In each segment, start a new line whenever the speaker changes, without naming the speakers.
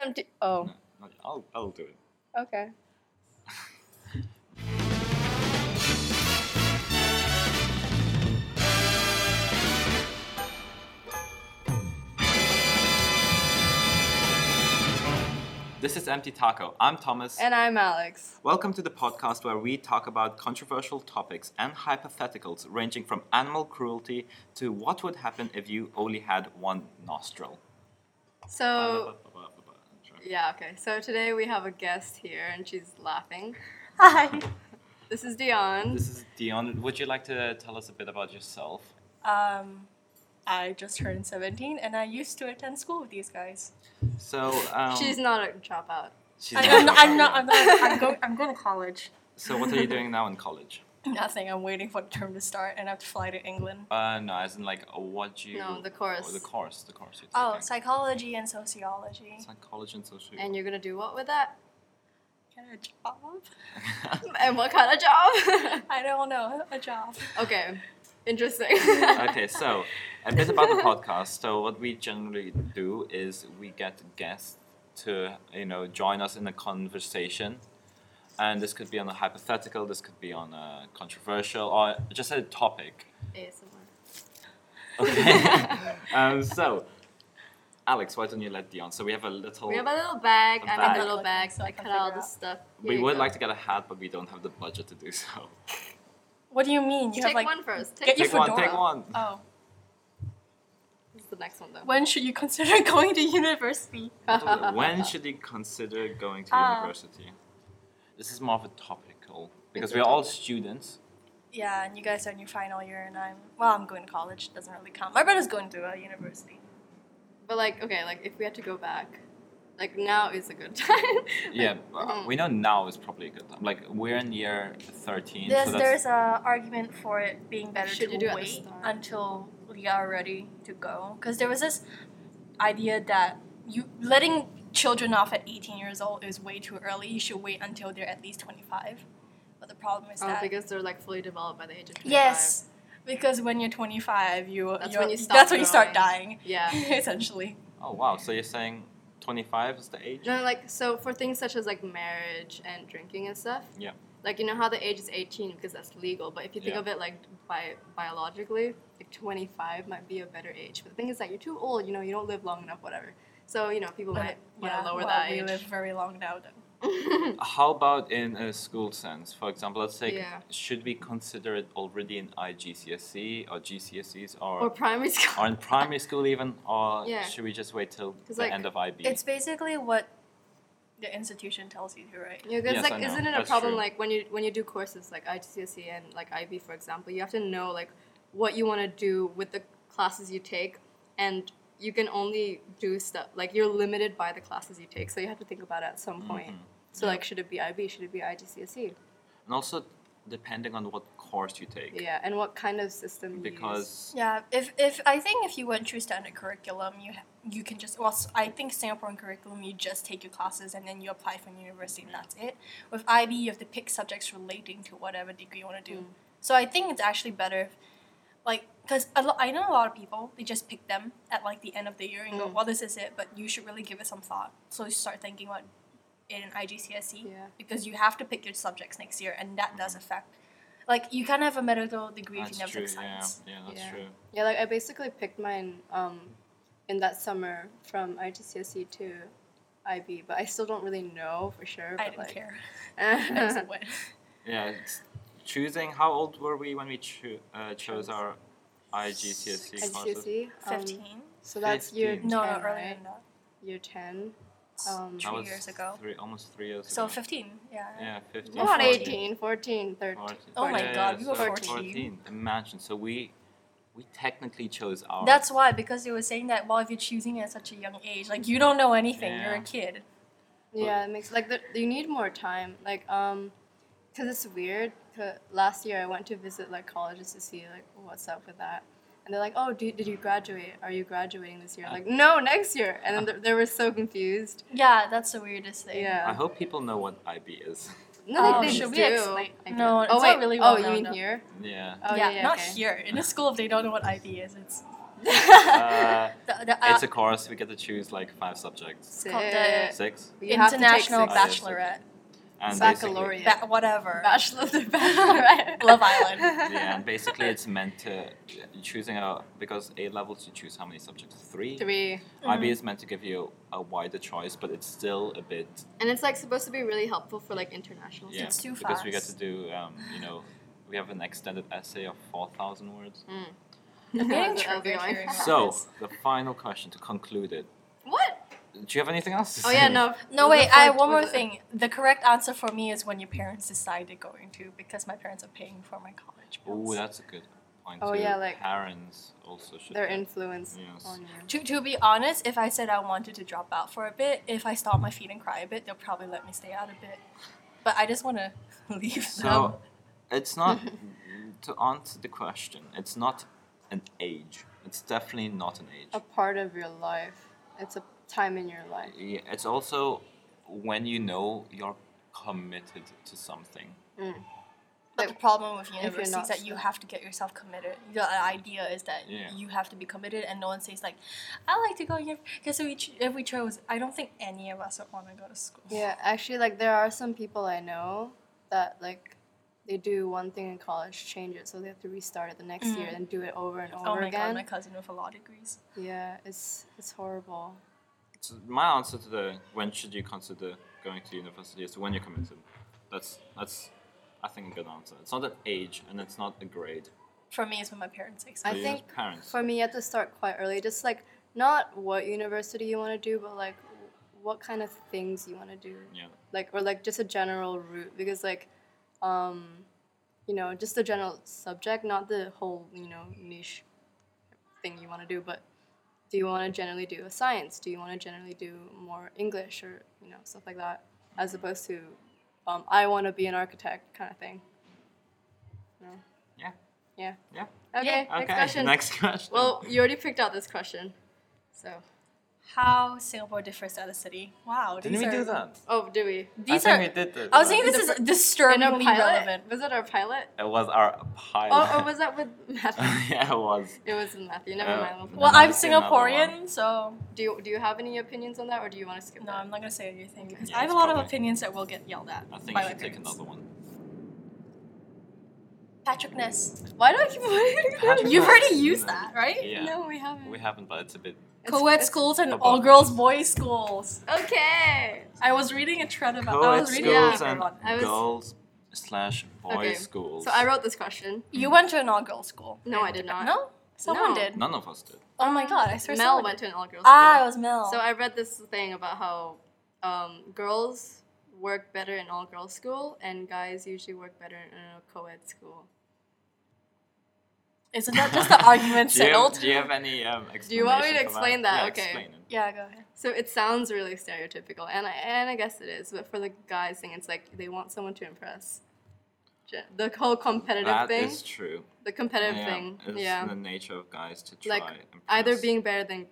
don't do. Oh,
No, not yet. I'll, I'll do it.
okay.
This is Empty Taco. I'm Thomas.
And I'm Alex.
Welcome to the podcast where we talk about controversial topics and hypotheticals ranging from animal cruelty to what would happen if you only had one nostril.
So,
Sure.
yeah, okay. So today we have a guest here and she's laughing.
Hi.
This is Dion.
This is Dion. Would you like to tell us a bit about yourself?
Um, I just turned 17 and I used to attend school with these guys.
So um,
She's not a dropout.
she's
I,
not
am not, I'm not, I'm not, I'm going, I'm going to college.
So what are you doing now in college?
Nothing, I'm waiting for the term to start and I have to fly to England.
Uh, no, as in like uh, what you.
No, the course.
Oh, the course. The course. You're
Oh,
taking.
psychology and sociology.
psychology and social.
And you're gonna do what with that?
Get a job?
And what kind of job?
I don't know, a job.
okay, interesting.
okay, so a bit about the podcast. So what we generally do is we get guests to you know join us in a conversation, and this could be on a hypothetical, this could be on a controversial, or just a topic.
ASMR.
Okay. um, so, Alex, why don't you let Dion? So we have a little.
We have a little bag.
A
I have
bag.
a little bag.
So I
I
can
cut all
figure
the
out.
stuff. Here
we
you
would
go.
like to get a hat, but we don't have the budget to do so.
What do you mean? You
take
have like.
one first. Take,
Get your
Take one,
fedora.
take one.
Oh.
This is the next one though.
When should you consider going to university?
when should you consider going to
Uh,
university? This is more of a topical because
It's a
we're all
topic.
students.
Yeah, and you guys are in your final year, and I'm well. I'm going to college. Doesn't really count. My brother's going to a university.
But like, okay, like if we had to go back, like now is a good time.
Yeah, but, uh,
Mhm.
we know now is probably a good time. Like we're in year thirteen,
There's
so
there's
that's
a argument for it being better
Should
to
you do it at the
wait
start?
until we are ready to go. Because there was this idea that you letting children off at 18 years old is way too early. You should wait until they're at least 25. But the problem is
Oh,
that
because they're like fully developed by the age of 25.
yes, because when you're 25, you
That's
you're-
when you stop
that's when you start
growing.
dying,
Yeah.
essentially.
oh wow. So you're saying twenty five is the age?
No, like so for things such as like marriage and drinking and stuff.
Yeah.
Like you know how the age is 18 because that's legal, but if you think of
Yeah.
it like bi- biologically, like 25 might be a better age. But the thing is that you're too old. You know, you don't live long enough. Whatever. So you know, people might want to
yeah,
lower
well,
that
we
age.
live very long now. Though.
How about in a school sense? For example, let's take
Yeah.
should we consider it already in IGCSE E or GCSEs
or
or
primary school.
or in primary school even, or
Yeah.
should we just wait till
'Cause,
the
like,
end of IB?
It's basically what the institution tells you to, right?
Yeah, because
Yes, I
like,
know.
isn't it a
That's
problem
true.
like when you when you do courses like IGCSE E and like IB, for example, you have to know like what you want to do with the classes you take, and you can only do stuff like you're limited by the classes you take, so you have to think about it at
Mm-hmm.
some point. So like, should it be IB? Should it be IGCSE?
and also depending on what course you take,
Yeah, and what kind of system? you use.
because
Yeah, if, if I think if you went through standard curriculum, you ha- you can just well, s- I think Singaporean curriculum, you just take your classes and then you apply for university and that's it. With IB, you have to pick subjects relating to whatever degree you want
Mm.
to do. So I think it's actually better, if, like, because lo- I know a lot of people they just pick them at like the end of the year and go,
Mm.
well, this is it. But you should really give it some thought. So you start thinking about it in IGCSE
Yeah.
E because you have to pick your subjects next year, and that does affect. Like you can't have a medical degree if you
Mm-hmm. that's
never
true.
took
Yeah,
science.
yeah, that's
Yeah.
true.
Yeah, like I basically picked mine um, in that summer from IGCSE E to IB, but I still don't really know for sure.
I
but,
didn't
like,
care. I just went.
Yeah, it's choosing. How old were we when we cho- uh, chose
Chose.
our
E
IGCSE courses?
IGCSE. um,
15?
So that's year 10,
Fifteen.
no, no, earlier
right?
than that.
Year 10.
It's
Um,
That
three
was
years ago.
Three, almost three years
So
ago.
15, yeah.
Yeah, 15.
You're
Not
14.
18, 14, 13.
14.
Oh my
Yeah, yeah,
God, we
so
were
14.
14.
Imagine. So we we technically chose our.
That's why, because you were saying that, well, if you're choosing at such a young age, like, you don't know anything. You're
Yeah.
a kid.
Yeah, it makes like the, you need more time. Like um, cause it's weird. 'cause last year I went to visit like colleges to see like what's up with that, and they're like, oh, do, did you graduate? Are you graduating this year? I'm like no, next year. And then th- they were so confused.
Yeah, that's the weirdest thing.
I
Yeah.
hope people know what IB is.
No,
Oh,
they, they
should we
do.
explain?
I
No,
don't-
it's
oh,
not
wait.
really
Oh,
well
you mean
known,
here?
yeah.
Oh,
yeah, not
okay.
here. In a school, if they don't know what IB is, it's
Uh,
The, the, uh,
it's a course. We get to choose like five subjects,
called the-
six,
You have to take
international
six.
Oh, yes, okay.
bachelorette,
and
Baccalaureate.
ba- whatever.
Bachelor of the Bachelorette.
Love Island.
Basically, yeah, and basically it's meant to choosing a because A levels you choose how many subjects? Three.
Three. Mm-hmm.
IB is meant to give you a wider choice, but it's still a bit.
And it's like supposed to be really helpful for like international
Yeah,
It's too
because we get to
fast.
do um, you know we have an extended essay of four thousand words.
I'm getting
How's it all
triggered
going?
hearing about
So
this.
the final question to conclude it.
What?
Do you have anything else? To
Oh
say?
yeah, no.
No,
the
wait, I
fourth-
one more
the-
thing. The correct answer for me is when your parents decide they're going to, because my parents are paying for my college bills.
Oh, that's a good point.
Oh,
too.
yeah, like-
parents also should.
Their
be-
influence
Yes.
on you.
to, to be honest, if I said I wanted to drop out for a bit, if I stomp my feet and cry a bit, they'll probably let me stay out a bit. But I just want to leave them.
So it's not to answer the question. It's not an age. It's definitely not an
A
age.
part of your life. It's a time in your life.
Yeah, It's also when you know you're committed to something.
But the problem with
you're
university
not
is that you
sure.
have to get yourself committed. The idea is that
Yeah.
you have to be committed, and no one says like, "I like to go here." Because if we ch- if we chose, I don't think any of us would want to go to school.
Yeah, actually, like there are some people I know that like they do one thing in college, change it, so they have to restart it the next year and do it over and over
Oh my
again.
god, my cousin with a law degrees.
yeah, it's it's horrible.
So my answer to the when should you consider going to university is when you're committed. That's that's I think a good answer. It's not an age and it's not a grade.
For me, it's when my parents say.
I
But you
think
have parents.
for me, you have to start quite early. Just like not what university you want to do, but like what kind of things you want to do.
Yeah.
like or like just a general route because like um you know just the general subject not the whole you know niche thing you want to do but do you want to generally do a science do you want to generally do more english or you know stuff like that as opposed to um, i want to be an architect kind of thing no
Yeah.
yeah
Yeah.
okay,
Okay.
next question
Next question.
well you already picked out this question so
How Singapore differs to other city. Wow,
didn't
these
we
are,
do that?
oh do we
These
I
are.
think we did that.
I was
but-
In
thinking this
the
is
fir- in our
disturbingly
pilot
relevant.
was it our pilot
It was our pilot.
oh, or was that with Matthew?
yeah, it was.
it was with Matthew never
Uh,
mind we'll put
Well,
Then
I'm
let's do another one.
Singaporean, so
Do you, do you have any opinions on that, or do you want to skip
no,
that?
I'm not gonna say anything because
Yeah,
I have a
it's
lot of
probably-
opinions that will get yelled at.
I think
by
you
my
should take
parents.
another one.
Patrick Ness.
Why do I keep wanting
Patrick
to
You've
Ness.
already used that, right?
Yeah.
No, we haven't.
We haven't, but it's a bit.
It's-
Co-ed
it's-
schools and
Above.
all girls boys schools.
Okay.
I was reading a thread about. I
Co-ed
was
schools
reading
Oh, yeah,
and
about
I was-
girls slash boys
Okay.
schools.
So I wrote this question.
You went to an all girls school.
No, I did not.
No, someone
No.
did.
None of us did.
Oh my god, I swear.
Mel
someone
went
did.
to an all-girls school.
Ah, it was Mel.
So I read this thing about how um, girls work better in all-girls school, and guys usually work better in a co-ed school.
Isn't that just the argument
Do you, have,
settled?
do you have any um, explanation?
Do you want me to
for
explain
Yeah,
that? Okay.
explain it.
Yeah, go ahead.
So it sounds really stereotypical, and I, and I guess it is. But for the guys thing, it's like they want someone to impress. Ge- The whole competitive
That
thing.
is true.
the competitive
yeah,
thing.
It's
yeah.
the nature of guys to try.
like
and
either
press.
being better than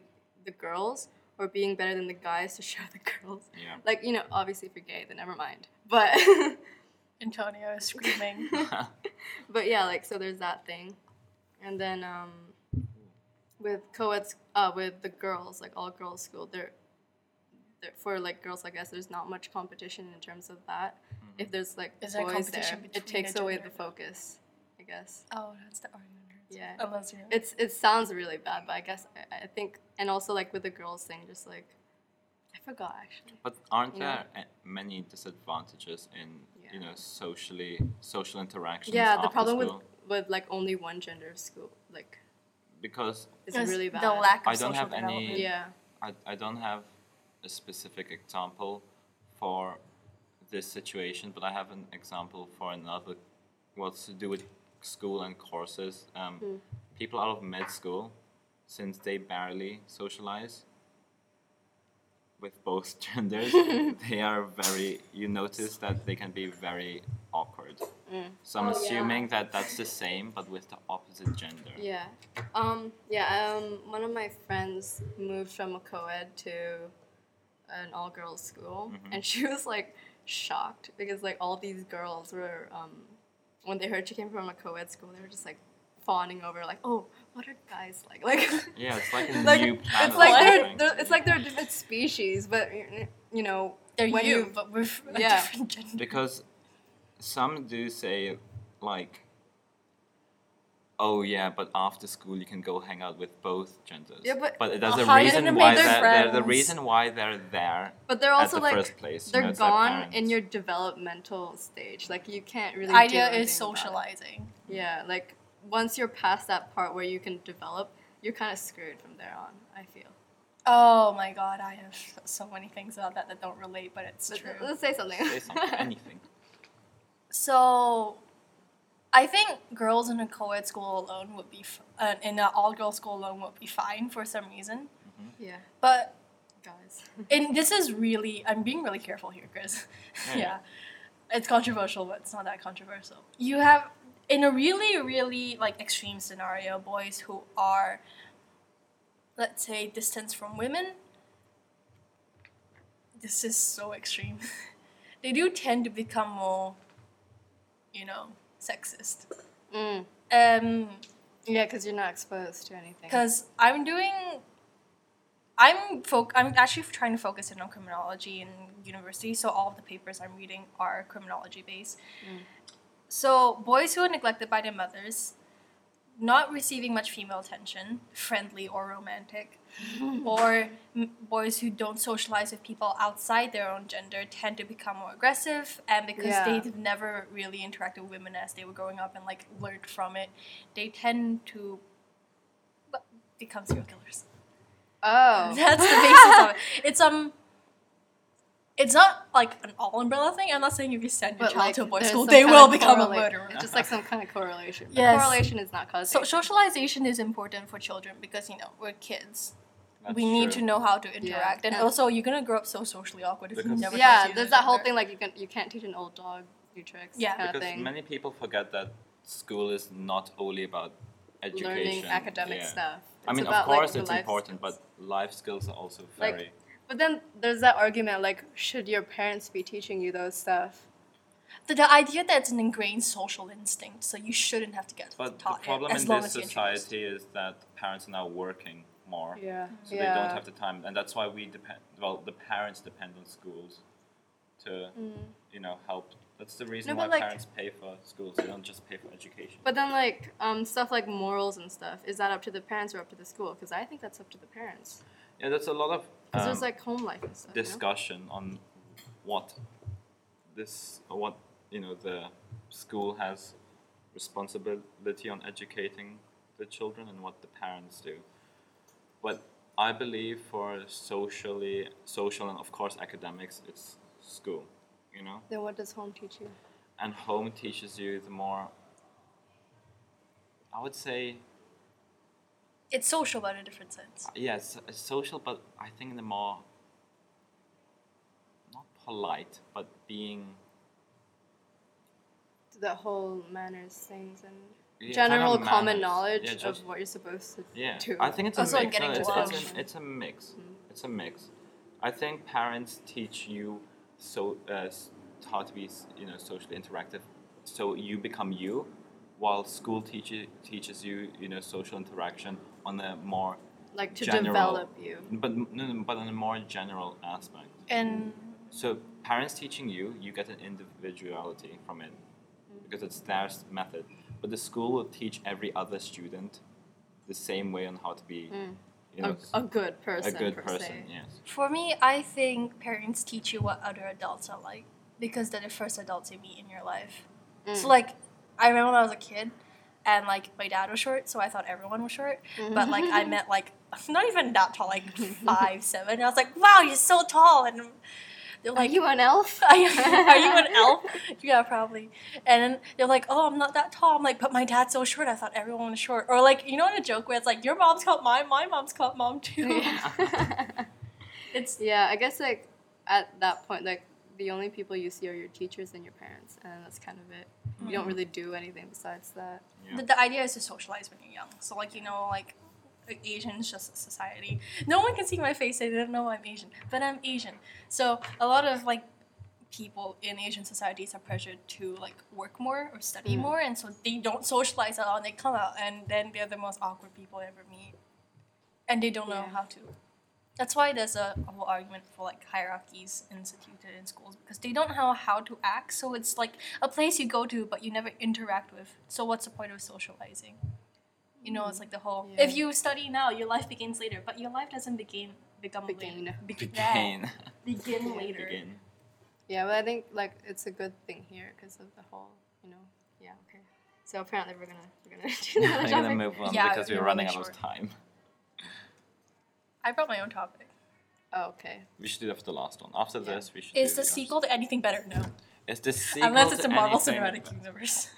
the girls or being better than the guys to show the girls.
Yeah.
Like you know, obviously if you're gay, then never mind. But
Antonio is screaming.
but yeah, like so there's that thing, and then um, with co-eds uh, with the girls, like all girls school, there, there for like girls, I guess there's not much competition in terms of that. If there's like
Is there
boys
competition
there,
between
it
the
takes away the
gender?
focus, I guess.
oh, that's the argument.
Yeah.
Unless you're.
It's it sounds really bad, but I guess I, I think, and also like with the girls thing, just like I forgot actually.
But aren't
Yeah.
there a- many disadvantages in
Yeah.
you know socially social interactions?
Yeah, the
after
problem with
school?
with like only one gender of school like
because
is
It's
really bad.
The lack of
I don't
social
have any-
development.
yeah,
I, I don't have a specific example for this situation, but I have an example for another what's to do with school and courses. Um,
Hmm.
People out of med school, since they barely socialize with both genders, they are very, you notice that they can be very awkward. So I'm
Oh, yeah.
assuming that that's the same, but with the opposite gender.
yeah, um, yeah. Um, one of my friends moved from a co-ed to an all-girls school,
Mm-hmm.
and she was like shocked because like all these girls were um, when they heard she came from a co-ed school, they were just like fawning over like, oh, what are guys like? Like,
Yeah, it's like a
Like,
new planet.
it's
or
like they're,
something.
they're it's like they're a different species, but you know,
They're
when
you,
you-
but with a
Yeah.
different gender.
because some do say like oh yeah but after school you can go hang out with both genders
Yeah, but-
there's
Well,
a
how are you
reason
gonna
why
make
they're, they're the
friends?
reason why they're there
but they're
at
also
the
like
first place you
they're
know, it's their
gone in
parents.
your developmental stage. Like you can't really.
The
do
idea is
anything about it.
socializing.
Yeah, like once you're past that part where you can develop, you're kind of screwed from there on. I feel.
Oh my god, I have so many things about that that don't relate, but it's
But
true.
Let's say something.
Say something, anything
So, I think girls in a co-ed school alone would be, f- uh, in an all-girl school alone would be fine for some reason.
yeah,
But
guys.
and this is really, I'm being really careful here, Chris.
Yeah.
yeah. it's controversial, but it's not that controversial. You have in a really, really like extreme scenario, boys who are, let's say, distance from women. This is so extreme. they do tend to become more, you know, sexist.
Mm.
Um,
Yeah, because you're not exposed to anything.
because I'm doing. I'm foc- I'm actually trying to focus in on criminology in university, so all of the papers I'm reading are criminology based. So boys who are neglected by their mothers, not receiving much female attention, friendly or romantic, or m- boys who don't socialize with people outside their own gender tend to become more aggressive, and because
Yeah.
they've never really interacted with women as they were growing up and like learned from it, they tend to b- become serial killers.
oh,
That's the basis of it. It's um. It's not like an all umbrella thing. I'm not saying if you send your
But
child
like,
to a boys'
there's
school,
some
they
kind
will
of
become a
correla-
murderer.
Just like some kind of correlation. But
Yes.
correlation is not causation.
So socialization is important for children because you know we're kids.
That's
we need
true.
to know how to interact, and
and-
also you're gonna grow up so socially awkward if you
Because-
never. talk
yeah,
to
there's
your
that whole
gender.
thing like you can you can't teach an old dog new tricks.
Yeah.
kind of
because
thing.
many people forget that school is not only about education
Learning academic
yeah.
stuff.
I
It's
mean,
about,
of
like,
course,
your
it's
life
important,
skills.
but life skills are also
Like,
very.
but then there's that argument like, should your parents be teaching you those stuff?
The, the idea that it's an ingrained social instinct, so you shouldn't have to get
but the
taught
problem
it as
in
long
this
as you introduce.
society is that parents are now working more.
Yeah.
so
yeah.
they don't have the time and that's why we depend well the parents depend on schools to you know help that's the reason
Mm. No,
why
but, like-
parents pay for schools they don't just pay for education
But then, like um, stuff like morals and stuff, is that up to the parents or up to the school? Because I think that's up to the parents.
yeah that's a lot of
Because
um,
there's like home life and stuff. you know?
discussion on what this or what you know the school has responsibility on educating the children and what the parents do but i believe for socially social and of course academics it's school you know
Then what does home teach you?
and home teaches you the more i would say
It's social, but in a different sense.
yes it's social but i think in the more not polite but being
The whole manners things and
yeah, kind of
general common
manners.
knowledge
yeah, just-
of what you're supposed to
yeah.
do.
i think it's a
Also
mix
getting
no, it's,
to
it's,
function.
an, it's a mix
Mm-hmm.
it's a mix i think parents teach you so uh, s- how to be s- you know socially interactive so you become you while school teaches teaches you you know social interaction on a more
like to
general-
develop you.
But no, no, but in a more general aspect.
And
So parents teaching you, you get an individuality from it because it's their s- method. But the school will teach every other student the same way on how to be, you know,
A,
s-
a good person.
a good
per
person.
Se.
Yes.
for me, I think parents teach you what other adults are like because they're the first adults you meet in your life.
Mm.
So like, I remember when I was a kid, and like my dad was short, so I thought everyone was short. But like
Mm-hmm.
I met like not even that tall, like five seven. And I was like, wow, you're so tall, and they're
Like
like,
you an elf?
are you, are you an elf? Yeah, probably. And then they're like, oh, I'm not that tall. I'm like, but my dad's so short. I thought everyone was short. Or like, you know, in a joke where it's like, your mom's called mine, my mom's called mom too.
yeah.
It's
yeah, I guess like at that point, like the only people you see are your teachers and your parents, and that's kind of it. You don't really do anything besides that.
Yeah.
the, the idea is to socialize when you're young. So like, you know, like. like, Asian is just a society. No one can see my face. They don't know I'm Asian, but I'm Asian. So a lot of like people in Asian societies are pressured to like work more or study
Mm.
more, and so they don't socialize at all. They come out, and then they're the most awkward people I ever meet, and they don't know
Yeah.
how to. That's why there's a whole argument for like hierarchies instituted in schools because they don't know how to act. So it's like a place you go to, but you never interact with. So what's the point of socializing? You know, it's like the whole.
Yeah.
If you study now, your life begins later, but your life doesn't begin become
Begin.
later. Begin.
Begin.
Begin later.
Begin.
Yeah, but I think like it's a good thing here because of the whole, you know. Yeah. Okay. So apparently we're gonna we're gonna do another
I'm gonna
topic.
move on
Yeah,
because
we're
we're running
running
out of time.
I brought my own topic.
Oh, okay.
We should do that for the last one. After
Yeah.
this, we should.
Is
do
the sequel to anything better? No.
Is the sequel
Unless it's
to
a Marvel
anything-
Cinematic Universe.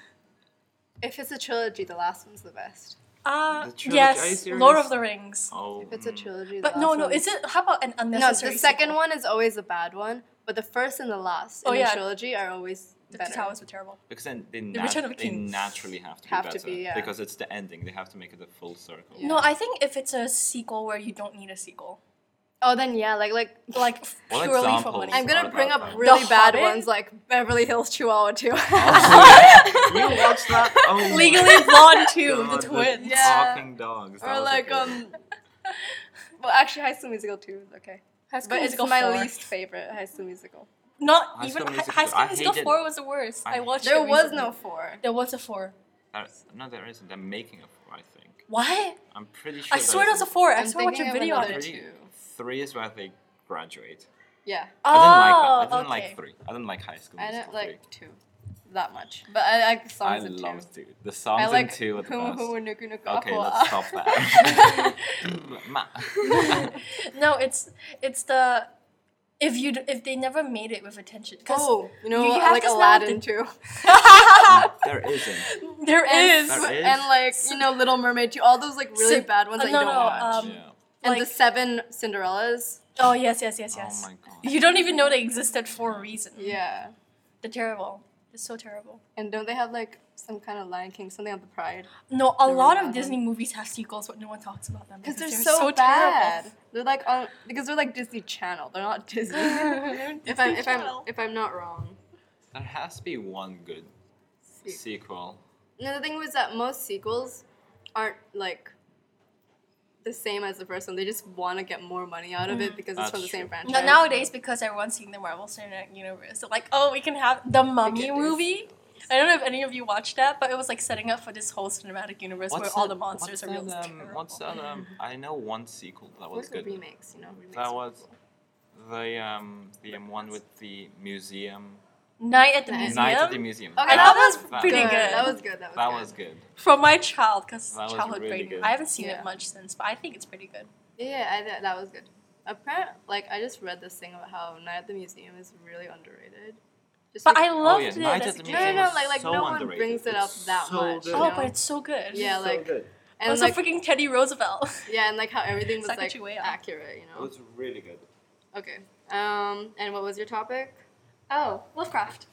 If it's a trilogy, the last one's the best.
Uh,
The trilogy- are you
yes,
serious?
Lord of the Rings.
Oh,
If it's a
mm.
trilogy,
But
the
no,
last
no,
one-
is it? How about an
no. The
unnecessary?
second
sequel?
one is always a bad one, but the first and the last
Oh,
in
yeah.
a trilogy are always
The
better.
Two Towers were terrible.
Because then they,
The
nat-
Return of the
they
King.
naturally have to be
Have to
better
be, yeah.
because it's the ending. They have to make it a full circle.
Yeah.
No, I think if it's a sequel where you don't need a sequel,
Oh, then yeah, like like
like f-
What
purely for
examples?
money.
I'm
What
gonna
about
bring
that?
up really
The
bad
Hobbit?
ones like Beverly Hills Chihuahua too.
you watched that? Oh my
Legally Blonde too,
God,
the twins.
Yeah.
Talking dogs. that
or
was a
like
good one.
um. Well, actually, High School Musical too. is Okay,
High School
but it's
Musical
my
4.
least favorite High School Musical.
Not
High
even
School
Hi-
Musical
High
too.
School
I
Musical
hated-
Four was the worst. I,
I-
watched.
There
it
was
recently.
no four.
There was a four.
Uh, no, there isn't. They're making a four, I think.
What?
I'm pretty sure.
I swear there
there's
was a four. I
I'm
swear I watched a
thinking of
video on
another
it.
two.
Three, three is where they graduate.
Yeah,
I didn't like that. I
Oh,
didn't
okay.
like three. I didn't like high school.
I
Musical
don't
three.
like two that much, but I like
I
songs in two.
love two. The songs
I like
in two are the
Humu
best.
Humu Nuku Nuku
Okay,
Apua.
let's stop that. Ma.
No, it's it's the if you d- if they never made it with attention because
Oh, you know,
you
what?
have
like
to stop
Aladdin too.
there isn't.
there
And,
is
There is.
and like you know, Little Mermaid too. All those like really
Sim-
bad ones
uh,
that
no,
you don't
no,
watch.
um,
yeah.
and
like-
the Seven Cinderellas.
oh yes yes yes yes
Oh my god.
you don't even know they existed for a reason
Yeah,
they're terrible they're so terrible
and don't they have like some kind of Lion King, something of the Pride?
no a
They're
lot
bad.
of Disney movies have sequels but no one talks about them
Because they're,
they're
so, bad.
terrible.
They're like on because they're like Disney Channel. They're not Disney. if I'm
Disney
if I'm
Channel.
if I'm not wrong.
There has to be one good sequel.
No, the thing was that most sequels aren't like the same as the first one. They just want to get more money out of it because it's
That's
from the same
true.
franchise.
No, nowadays because everyone's seeing the Marvel Cinematic Universe, they're like, oh, we can have the Mummy
do
movie. I don't know if any of you watched that, but it was like setting up for this whole cinematic universe where all
that-
the monsters
what's
are real.
that, um,
terrible.
What's that? Um, I know one sequel that was
What's the
good.
remakes? You know, remakes.
That
are
was
cool.
the um the um, one with the museum.
Night at the
Night.
Museum
Night at the museum.
Okay,
I
that
was
that-
pretty good.
That was good. That was
That
good.
was good.
from my child because
That was
childhood
really
brain.
good.
I haven't seen
Yeah.
it much since, but I think it's pretty good.
Yeah, I, th- that was good. Apparently, like I just read this thing about how Night at the Museum is really underrated. Just
But
like,
I loved
oh, yeah,
it.
Night at
as a
the
kid.
no, no,
Museum
no,
was
like like
so
no one
underrated.
brings it up
It's
that
so
much.
good.
you
Oh,
know?
but it's so good.
Yeah, So like-
good.
and
also
like
freaking Teddy Roosevelt.
yeah, and like how everything was like
Sakachi Ueda.
accurate, you know.
really good.
Okay. Um, and what was your topic? Oh,
Lovecraft.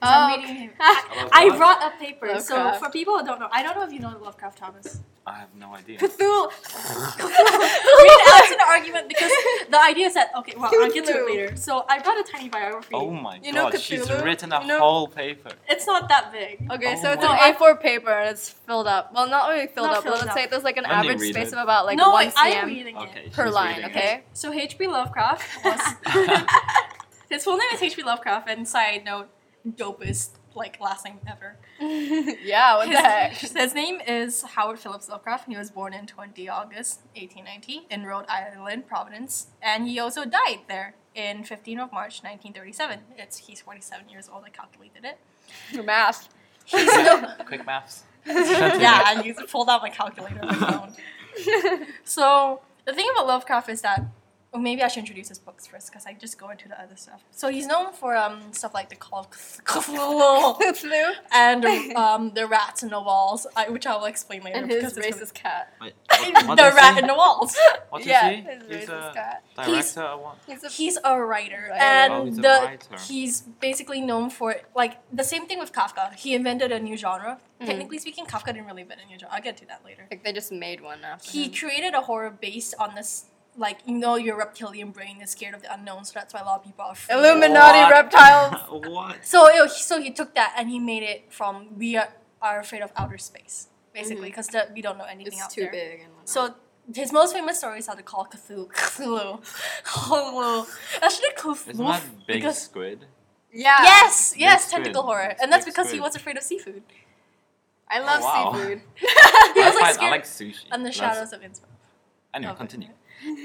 'Cause
oh,
I'm reading him.
okay.
I brought a paper, so
Lovecraft.
for people who don't know, I don't know if you know Lovecraft, Thomas.
I have no idea.
Cthulhu.
read out to the argument because the idea is that okay, well, I'll get to it
Cthulhu.
later. So I got a tiny biography.
Oh my
You know
god, she's
Cthulhu?
written a
You know-
whole paper.
It's not that big.
Okay,
Oh
so it's
my-
an A4 paper and it's filled up. Well, not really filled
Not
up,
filled
but let's
up.
say there's like an
Let me
average
read
space
it.
of about like
no,
one
wait, I'm
cm
reading
Okay,
it.
she's
per line.
reading it.
Okay.
So H.P. Lovecraft was his full name is H.P. Lovecraft, and side note, dopest like last name ever.
yeah. What
his,
the heck?
his name is Howard Phillips Lovecraft. and He was born in 20 August 1890 in Rhode Island, Providence, and he also died there in 15 of March 1937. It's he's 47 years old. I calculated it.
Math.
He's no,
Quick maths.
yeah, I used, pulled out my calculator on my phone. So the thing about Lovecraft is that, well, maybe I should introduce his books first because I just go into the other stuff. So he's known for um, stuff like the Call of Cthulhu
Cthulhu
and um, the rats in the walls, I, which I will explain later.
and his
because it's really-
racist cat.
Wait,
the
what, what is
rat
he?
in the walls.
What is
yeah,
he?
his
He's
racist
a
cat.
He's-
director. or what?
He's a
He's a writer,
Writer.
and
Oh, he's a
the
writer.
he's basically known for like the same thing with Kafka. He invented a new genre.
Mm.
Technically speaking, Kafka didn't really invent a new genre. I'll get to that later.
like they just made one after
He
him.
created a horror based on this like you know your reptilian brain is scared of the unknown, so that's why a lot of people are afraid.
Illuminati
Illuminati What?
reptiles.
what?
So it, was- so he took that and he made it from we are, are afraid of outer space basically because we don't know anything
It's
out
too
there.
big and whatnot.
So his most famous stories are the Call of Cthulhu. Cthulhu. Cthulhu. Actually, Cthulhu.
Isn't that big
because-
squid?
yeah,
yes, yes,
squid.
tentacle horror,
Big
and that's because he
squid.
was afraid of seafood.
I love
Oh, wow.
seafood.
He
I,
was like
find, I
scared.
like sushi.
And the
That's-
shadows of Innsmouth.
Anyway,
of it.
continue.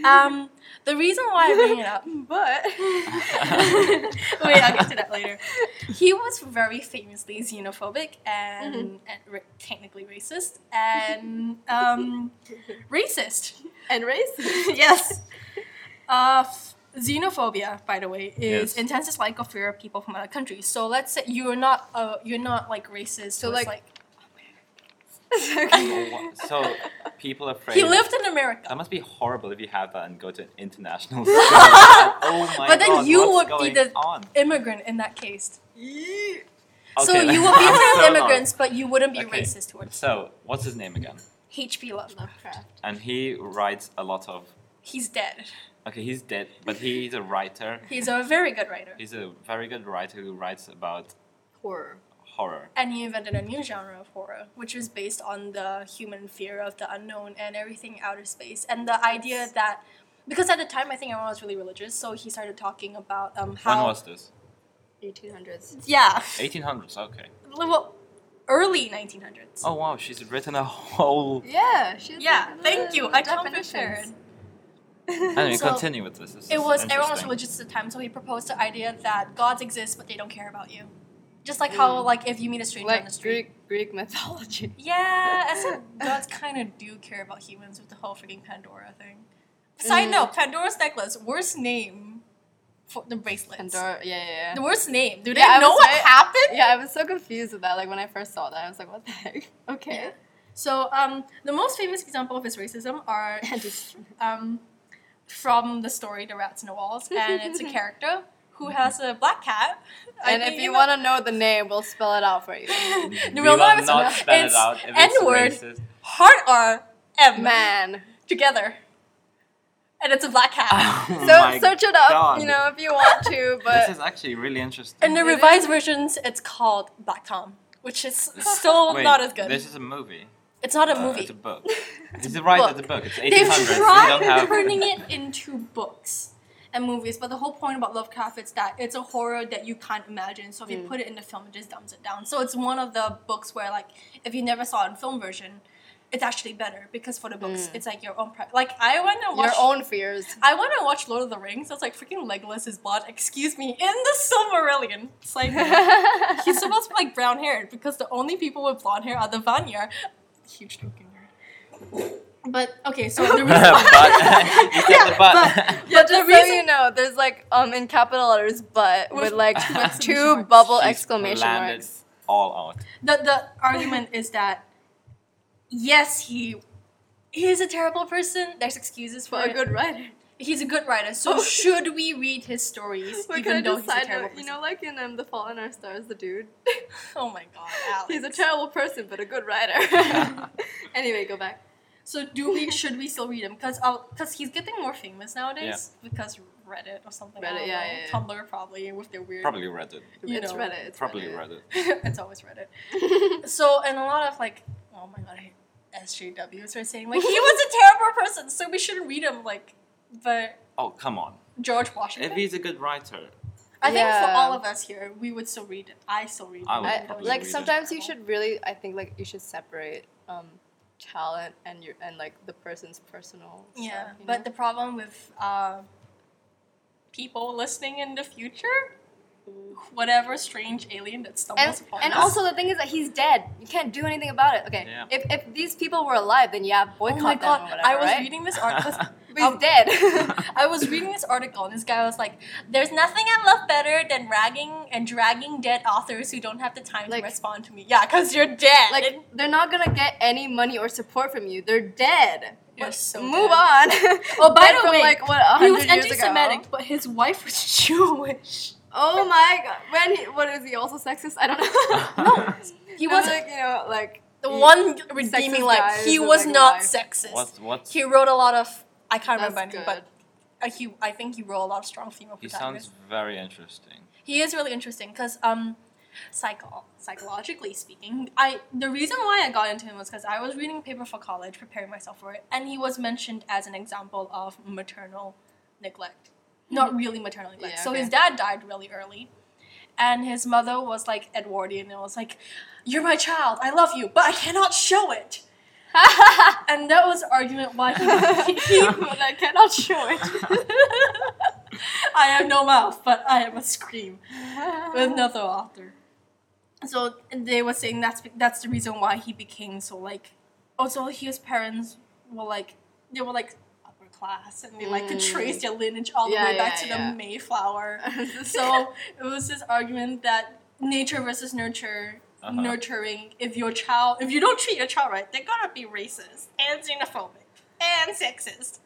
Um, the reason why I bring it up
but
Wait, I'll get to that later. He was very famously xenophobic and,
Mm-hmm.
and ra- technically racist and um, racist.
and race.
Yes. Uh, f- xenophobia, by the way,
Yes.
is intense dislike or fear of people from other countries. So let's say you're not uh, you're not like racist. So
like-
like, like
okay.
What- so people are afraid.
he lived in
That
America,
must be horrible if you have that and go to an international school. oh my
But then
God,
you
what's
would be
going
the-
on?
immigrant in that case.
Yee.
so
Okay,
you would be
so
with
long.
immigrants, but you wouldn't be
Okay.
racist towards
So what's his name again?
H.P. Lovecraft.
Lovecraft.
And he writes a lot of.
He's dead.
Okay, he's dead, but he's a writer.
He's a very good writer.
He's a very good writer who writes about
Horror.
horror.
and he invented a new genre of horror, which was based on the human fear of the unknown and everything outer space, and the idea that because at the time I think everyone was really religious, so he started talking about um how
When was this?
1800s.
yeah
1800s. Okay.
well, early 1900s.
Oh wow, she's written a whole.
Yeah, she's
Yeah, thank you. I come prepared.
definitions.
Anyway,
So,
continue with this. this
It
is
was everyone was
interesting.
religious at the time, so he proposed the idea that gods exist but they don't care about you, just like how like if you meet a stranger on the
Mm. like
street.
Greek Greek mythology.
Yeah, as if gods kind of do care about humans with the whole freaking Pandora thing. Side
Mm.
note: Pandora's necklace, worst name for the bracelets.
Pandora. Yeah, yeah,
The
yeah.
worst name. Do they
Yeah, I
know
was
what
very-
happened?
Yeah, I was so confused with that. Like when I first saw that, I was like, "What the heck?" Okay.
So, um, the most famous example of his racism are um, from the story "The Rats in the Walls," and it's a character who has a black cat. I
and
think
if you
in
want to know the name, we'll spell it out for you.
the,
We
no,
will
not,
not spell
it's
it out. If it's
N-word.
racist.
Heart R M
Man.
together, and it's a black cat.
Oh
So
my
search it up,
God.
you know, if you want to. But
this is actually really interesting.
In the
It is-
revised versions, it's called Black Tom, which is still
Wait,
not as good.
This is a movie.
it's not a
Uh,
movie.
it's a book. He's right. It's a
book.
book. It's
They've
1800s. we don't
tried
have...
turning it into books and movies, but the whole point about Lovecraft is that it's a horror that you can't imagine. So if
Mm.
you put it in the film, it just dumbs it down. So it's one of the books where, like, if you never saw it in film version, it's actually better because for the books, it's like your own. Pre- like I want to watch
Mm. your own fears.
I want to watch Lord of the Rings. That's like freaking Legolas is blonde. Excuse me, in the Silmarillion. It's like he's supposed to be like brown haired because the only people with blonde hair are the Vanyar. Huge joking. But okay, so the reason
but you said the
But
but.
the
just so
reason-
you know, there's like um in capital letters, but with,
With
like
exclamation
two
marks.
bubble
She's
exclamation
planned it
marks.
All out.
the the argument is that yes, he he is a terrible person. There's excuses for
For a
it.
good writer.
he's a good writer. So should we read his stories
Oh. We're
even
gonna
though he's a terrible
you know,
person?
like in um, The Fault in Our Stars, the dude.
Oh my god, Alex.
He's a terrible person, but a good writer. anyway, go back.
So do we? should we still read him? Because because he's getting more famous nowadays. Because Reddit or something. I
Reddit,
don't
yeah,
know.
yeah, yeah.
Tumblr probably with their weird.
Probably read it.
You
it's
know.
Reddit. It's
Probably
Reddit.
read it.
it's always Reddit. So and a lot of like, oh my god, I hate SJWs are saying like he was a terrible person, so we shouldn't read him. Like, but
Oh come on!
George
If
Washington.
he's a good writer,
I think for
Yeah.
all of us here, we would still read it. I still read it.
I would
I,
probably
like
read it.
sometimes you should really, I think like you should separate um, talent and your and like the person's personal.
Yeah,
stuff, you
but
know?
the problem with uh, people listening in the future, whatever strange alien that
and,
stumbles upon
and
us.
also the thing is that he's dead. You can't do anything about it. Okay,
Yeah.
if, if these people were alive, then yeah, boycott
Oh my
them or
god!
whatever.
I was
right?
reading this article.
But he's dead.
I was reading this article, and this guy was like, "There's nothing I love better than ragging and dragging dead authors who don't have the time
Like-
to respond to me." Yeah, because you're dead.
like they're not gonna get any money or support from you. They're dead.
You're
What-
so
move
dead.
on.
Oh, by
Dead
the
from,
way,
like what 100
he was
years ago?
anti-Semitic, but his wife was Jewish.
Oh my god! When he, what is he also sexist? I don't know.
He
I'm
was
like you know like
the
he-
one redeeming.
guys
Like he
with,
was
like,
not
wives.
sexist.
What? What?
he wrote a lot of I can't
That's
remember anything,
good.
but uh, he, I think he wrote a lot of strong female
He
protagonists.
sounds very interesting.
He is really interesting because um, psycho- psychologically speaking, I the reason why I got into him was because I was reading a paper for college, preparing myself for it, and he was mentioned as an example of maternal neglect, not really maternal neglect.
Hmm. Yeah,
So
okay.
his dad died really early, and his mother was like Edwardian and was like, "You're my child, I love you, but I cannot show it." and that was the argument why he, he
but I cannot show it.
I have no mouth, but I am a scream with another author. So they were saying that's that's the reason why he became so like. Also, his parents were like they were like upper class, and they like could
Mm.
trace their lineage all the
Yeah,
way back
yeah,
to
yeah.
the Mayflower. so it was this argument that nature versus nurture.
Uh-huh.
Nurturing. If your child, if you don't treat your child right, they're gonna be racist and xenophobic and sexist.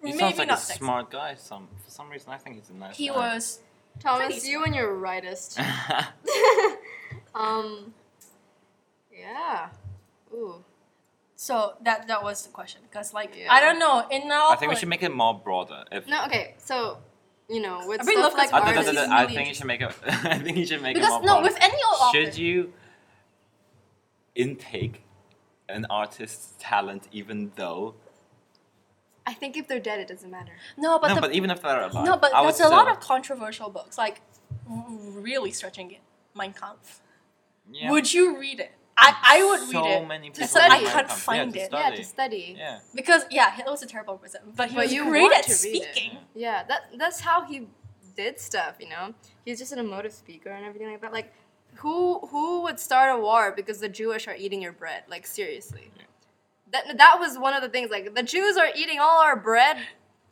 He
Maybe
sounds like
not
a
sexist.
smart guy. Some for some reason I think he's a nice
He
guy.
was
Thomas, you and your rightist.
was.
um, yeah. Ooh.
So that that was the question, because like
Yeah.
I don't know in our
I think we should make it more broader. If
No, okay. So, you know, with
I really
stuff
love
like
that-
I,
Art
th-
artists,
th- th-
is
I
really
think you should make it. I think you should make it more
because no
broader.
with any old
should
author
you intake an artist's talent even though
I think if they're dead, it doesn't matter.
no but
no
the,
but even if they're alive
no but
I would
there's a lot
still-
of controversial books like r- really stretching it Mein Kampf
yeah.
would you read it I I would
so
read it
many people
to
study.
like
I
Mein
can't
Kampf.
find
yeah,
it.
to
Yeah, to
study.
study.
yeah
because yeah Hitler was a terrible person but he
But
was
you
great
want
at
to read it.
speaking
Yeah, that that's how he did stuff, you know. He's just an emotive speaker and everything like that. Like who who would start a war because the Jewish are eating your bread? Like seriously.
Yeah.
That that was one of the things like the Jews are eating all our bread.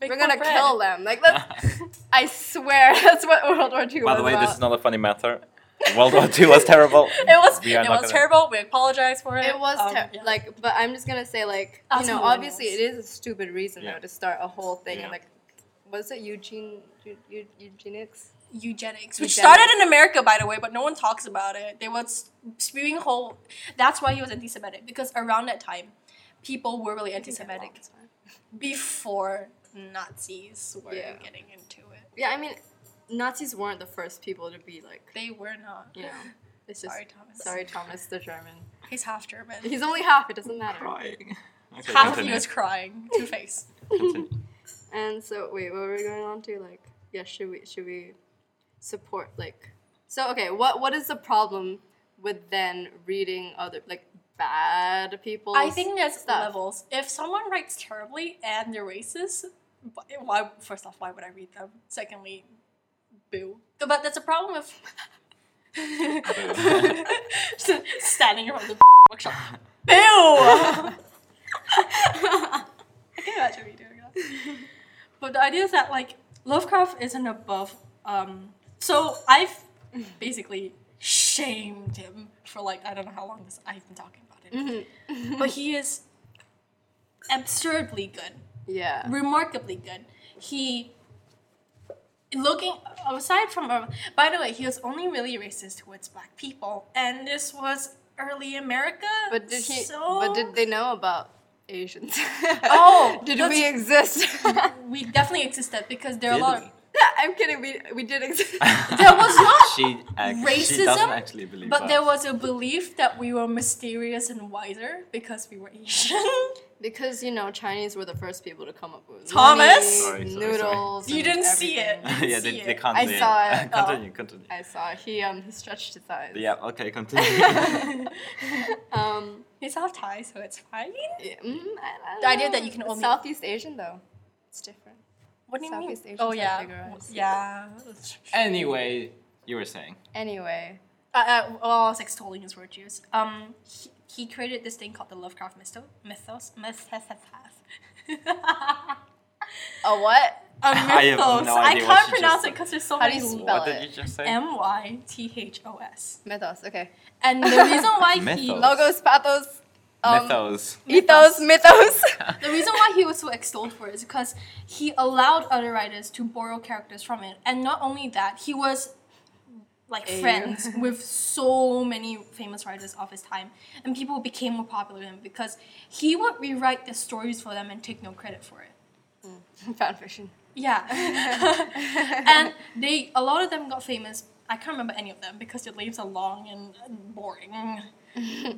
Big
We're gonna
corn bread.
kill them. Like that's I swear that's what World War II
by
was
the way
about.
this is not a funny matter World War II was terrible
it was
We are
it
not
was
gonna-
terrible we apologize for it
it was
Um,
ter-
yeah.
like but I'm just gonna say like
Us
you know,
millennials.
obviously it is a stupid reason
Yeah.
though to start a whole thing
Yeah.
and like was it Eugene Eu- Eu- eugenics?
eugenics, which
Eugenics.
started in America, by the way, but no one talks about it. They were s- spewing whole. That's why he was anti-Semitic because around that time, people were really anti-Semitic before Nazis were
Yeah.
getting into it.
Yeah, I mean, Nazis weren't the first people to be like,
They were not.
you know, it's just
Sorry,
sorry,
Thomas.
Thomas the German.
he's half German.
He's only half. It doesn't matter.
crying okay,
half of
continue.
you is crying. Two face.
Continue.
And so wait, what were we going on to? Like, yeah, should we should we support like? So okay, what what is the problem with then reading other like bad people?
I think there's
stuff.
levels. If someone writes terribly and they're racist, wh- why? First off, why would I read them? Secondly, boo. But that's a problem with standing in front of the workshop. Boo! I can imagine me doing that. But the idea is that like Lovecraft isn't above. Um, so I've basically shamed him for like I don't know how long this I've been talking about it but he is absurdly good,
yeah.
remarkably good. He looking aside from uh, by the way, he was only really racist towards black people, and this was early America.
But did he?
So
But did they know about Asians?
Oh,
did
that's-
we exist? yeah,
we definitely existed because there are a
Did
lot.
we?
Of,
I'm kidding. We we did exist.
there was not.
she, ac- she
racism,
doesn't actually believe
But
us.
there was a belief that we were mysterious and wiser because we were Asian.
Because you know Chinese were the first people to come up with
Thomas?
money,
Sorry, sorry, sorry.
noodles.
you
and
didn't see it.
everything.
You
yeah
didn't see
they,
it.
they can't
I
see
saw
it,
it. Oh.
continue continue
I saw. He um he stretched his eyes.
yeah okay continue
Um.
He's half Thai, so it's fine.
yeah, mm, I- I don't
The idea
know.
that you can
It's
only-
Southeast Asian though, it's different.
What do you
Southeast
mean?
Asians
Oh
have
yeah,
bigger eyes.
yeah.
anyway you were saying
Anyway,
Uh, uh, well, I was extolling his virtues. Um, he, he created this thing called the Lovecraft mytho- mythos. Mythos.
a what?
A
I have
mythos.
no
I
idea what
can't
she
pronounce
just
it because there's so
How do
many.
you
s-
Spell
what
it. Um,
did you just say
M y t h o s.
Mythos. Okay.
And the reason why he
Mythos.
Logos, pathos, um,
mythos
ethos, mythos.
the reason why he was so extolled for it is because he allowed other writers to borrow characters from it, and not only that, he was like
Ew.
friends with so many famous writers of his time, and people became more popular with him because he would rewrite the stories for them and take no credit for it.
Fan fiction.
Yeah. and they a lot of them got famous. I can't remember any of them because their lives are long and boring.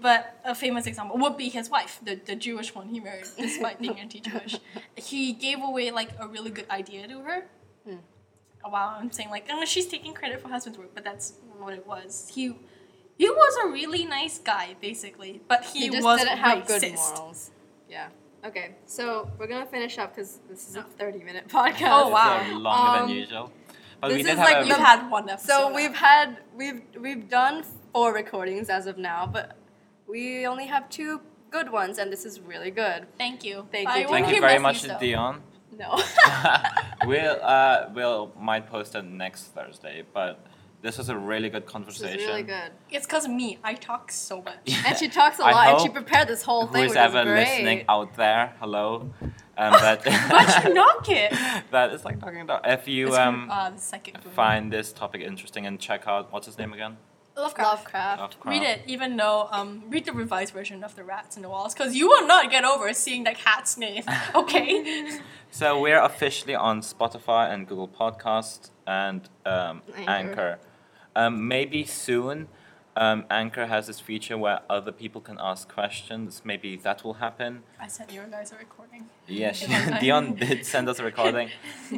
but a famous example would be his wife, the, the Jewish one he married, despite being anti-Jewish. He gave away like a really good idea to her.
Hmm.
Oh, Wow, I'm saying like, oh, she's taking credit for husband's work, but that's what it was. He he was a really nice guy, basically, but he,
He, just
was
didn't have
racist.
good morals. Yeah. Okay, so we're gonna finish up because this is a thirty-minute podcast.
Oh,
It's,
wow.
uh, longer
Um,
than usual. But
this
we
is
did
like
have
You've
a,
the-
had one episode.
So
now.
we've had we've we've done four recordings as of now, but we only have two good ones, and this is really good.
Thank you.
Thank
Bye.
you,
We'll
Well,
thank
we
you
keep
very
messaging
much,
though.
Dion.
No.
we'll uh, we'll might post it next Thursday, but this was a really good
This
conversation.
is really good.
It's because me. I talk so much.
And she talks a
I
lot, and she
hope
prepared this whole thing,
Who's
which is
ever
great.
listening out there? Hello. Um, that
Why'd you knock it?
that is like talking about. If you
It's from,
um,
uh, the psychic boom.
find this topic interesting and check out what's his name again? Oh,
Lovecraft.
Lovecraft.
Lovecraft.
Uh, Read it, even though um, read the revised version of the rats in the walls, because you will not get over seeing that cat's name. Okay.
So we're officially on Spotify and Google Podcast and um,
Anchor.
Anchor. Um, maybe soon, um, Anchor has this feature where other people can ask questions. Maybe that will happen.
I sent you guys a recording.
Yeah, she,
Okay.
Dion did send us a recording,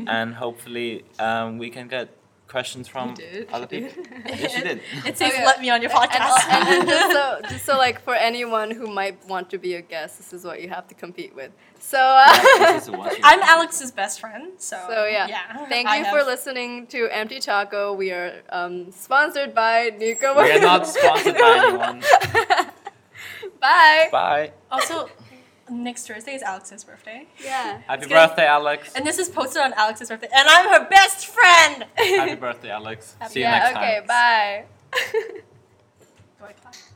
and hopefully um, we can get questions from
You did.
other
she
people.
did.
Yeah, she did.
It says,
Okay.
"Let me on your
And, al-
podcast."
and then just so, just so like for anyone who might want to be a guest, this is what you have to compete with. So, uh,
This is what she-
I'm Alex's best friend, so
so yeah.
yeah.
Thank
I
you
have-
for listening to Empty Taco. We are um, sponsored by Nico.
We're not sponsored by anyone.
Bye.
Bye.
Also, next Thursday is Alex's birthday,
Yeah.
Happy
gonna-
birthday, Alex.
and this is posted on Alex's birthday, and I'm her best friend.
Happy birthday, Alex. See you
yeah.
next time.
okay. Bye.
Do I clap?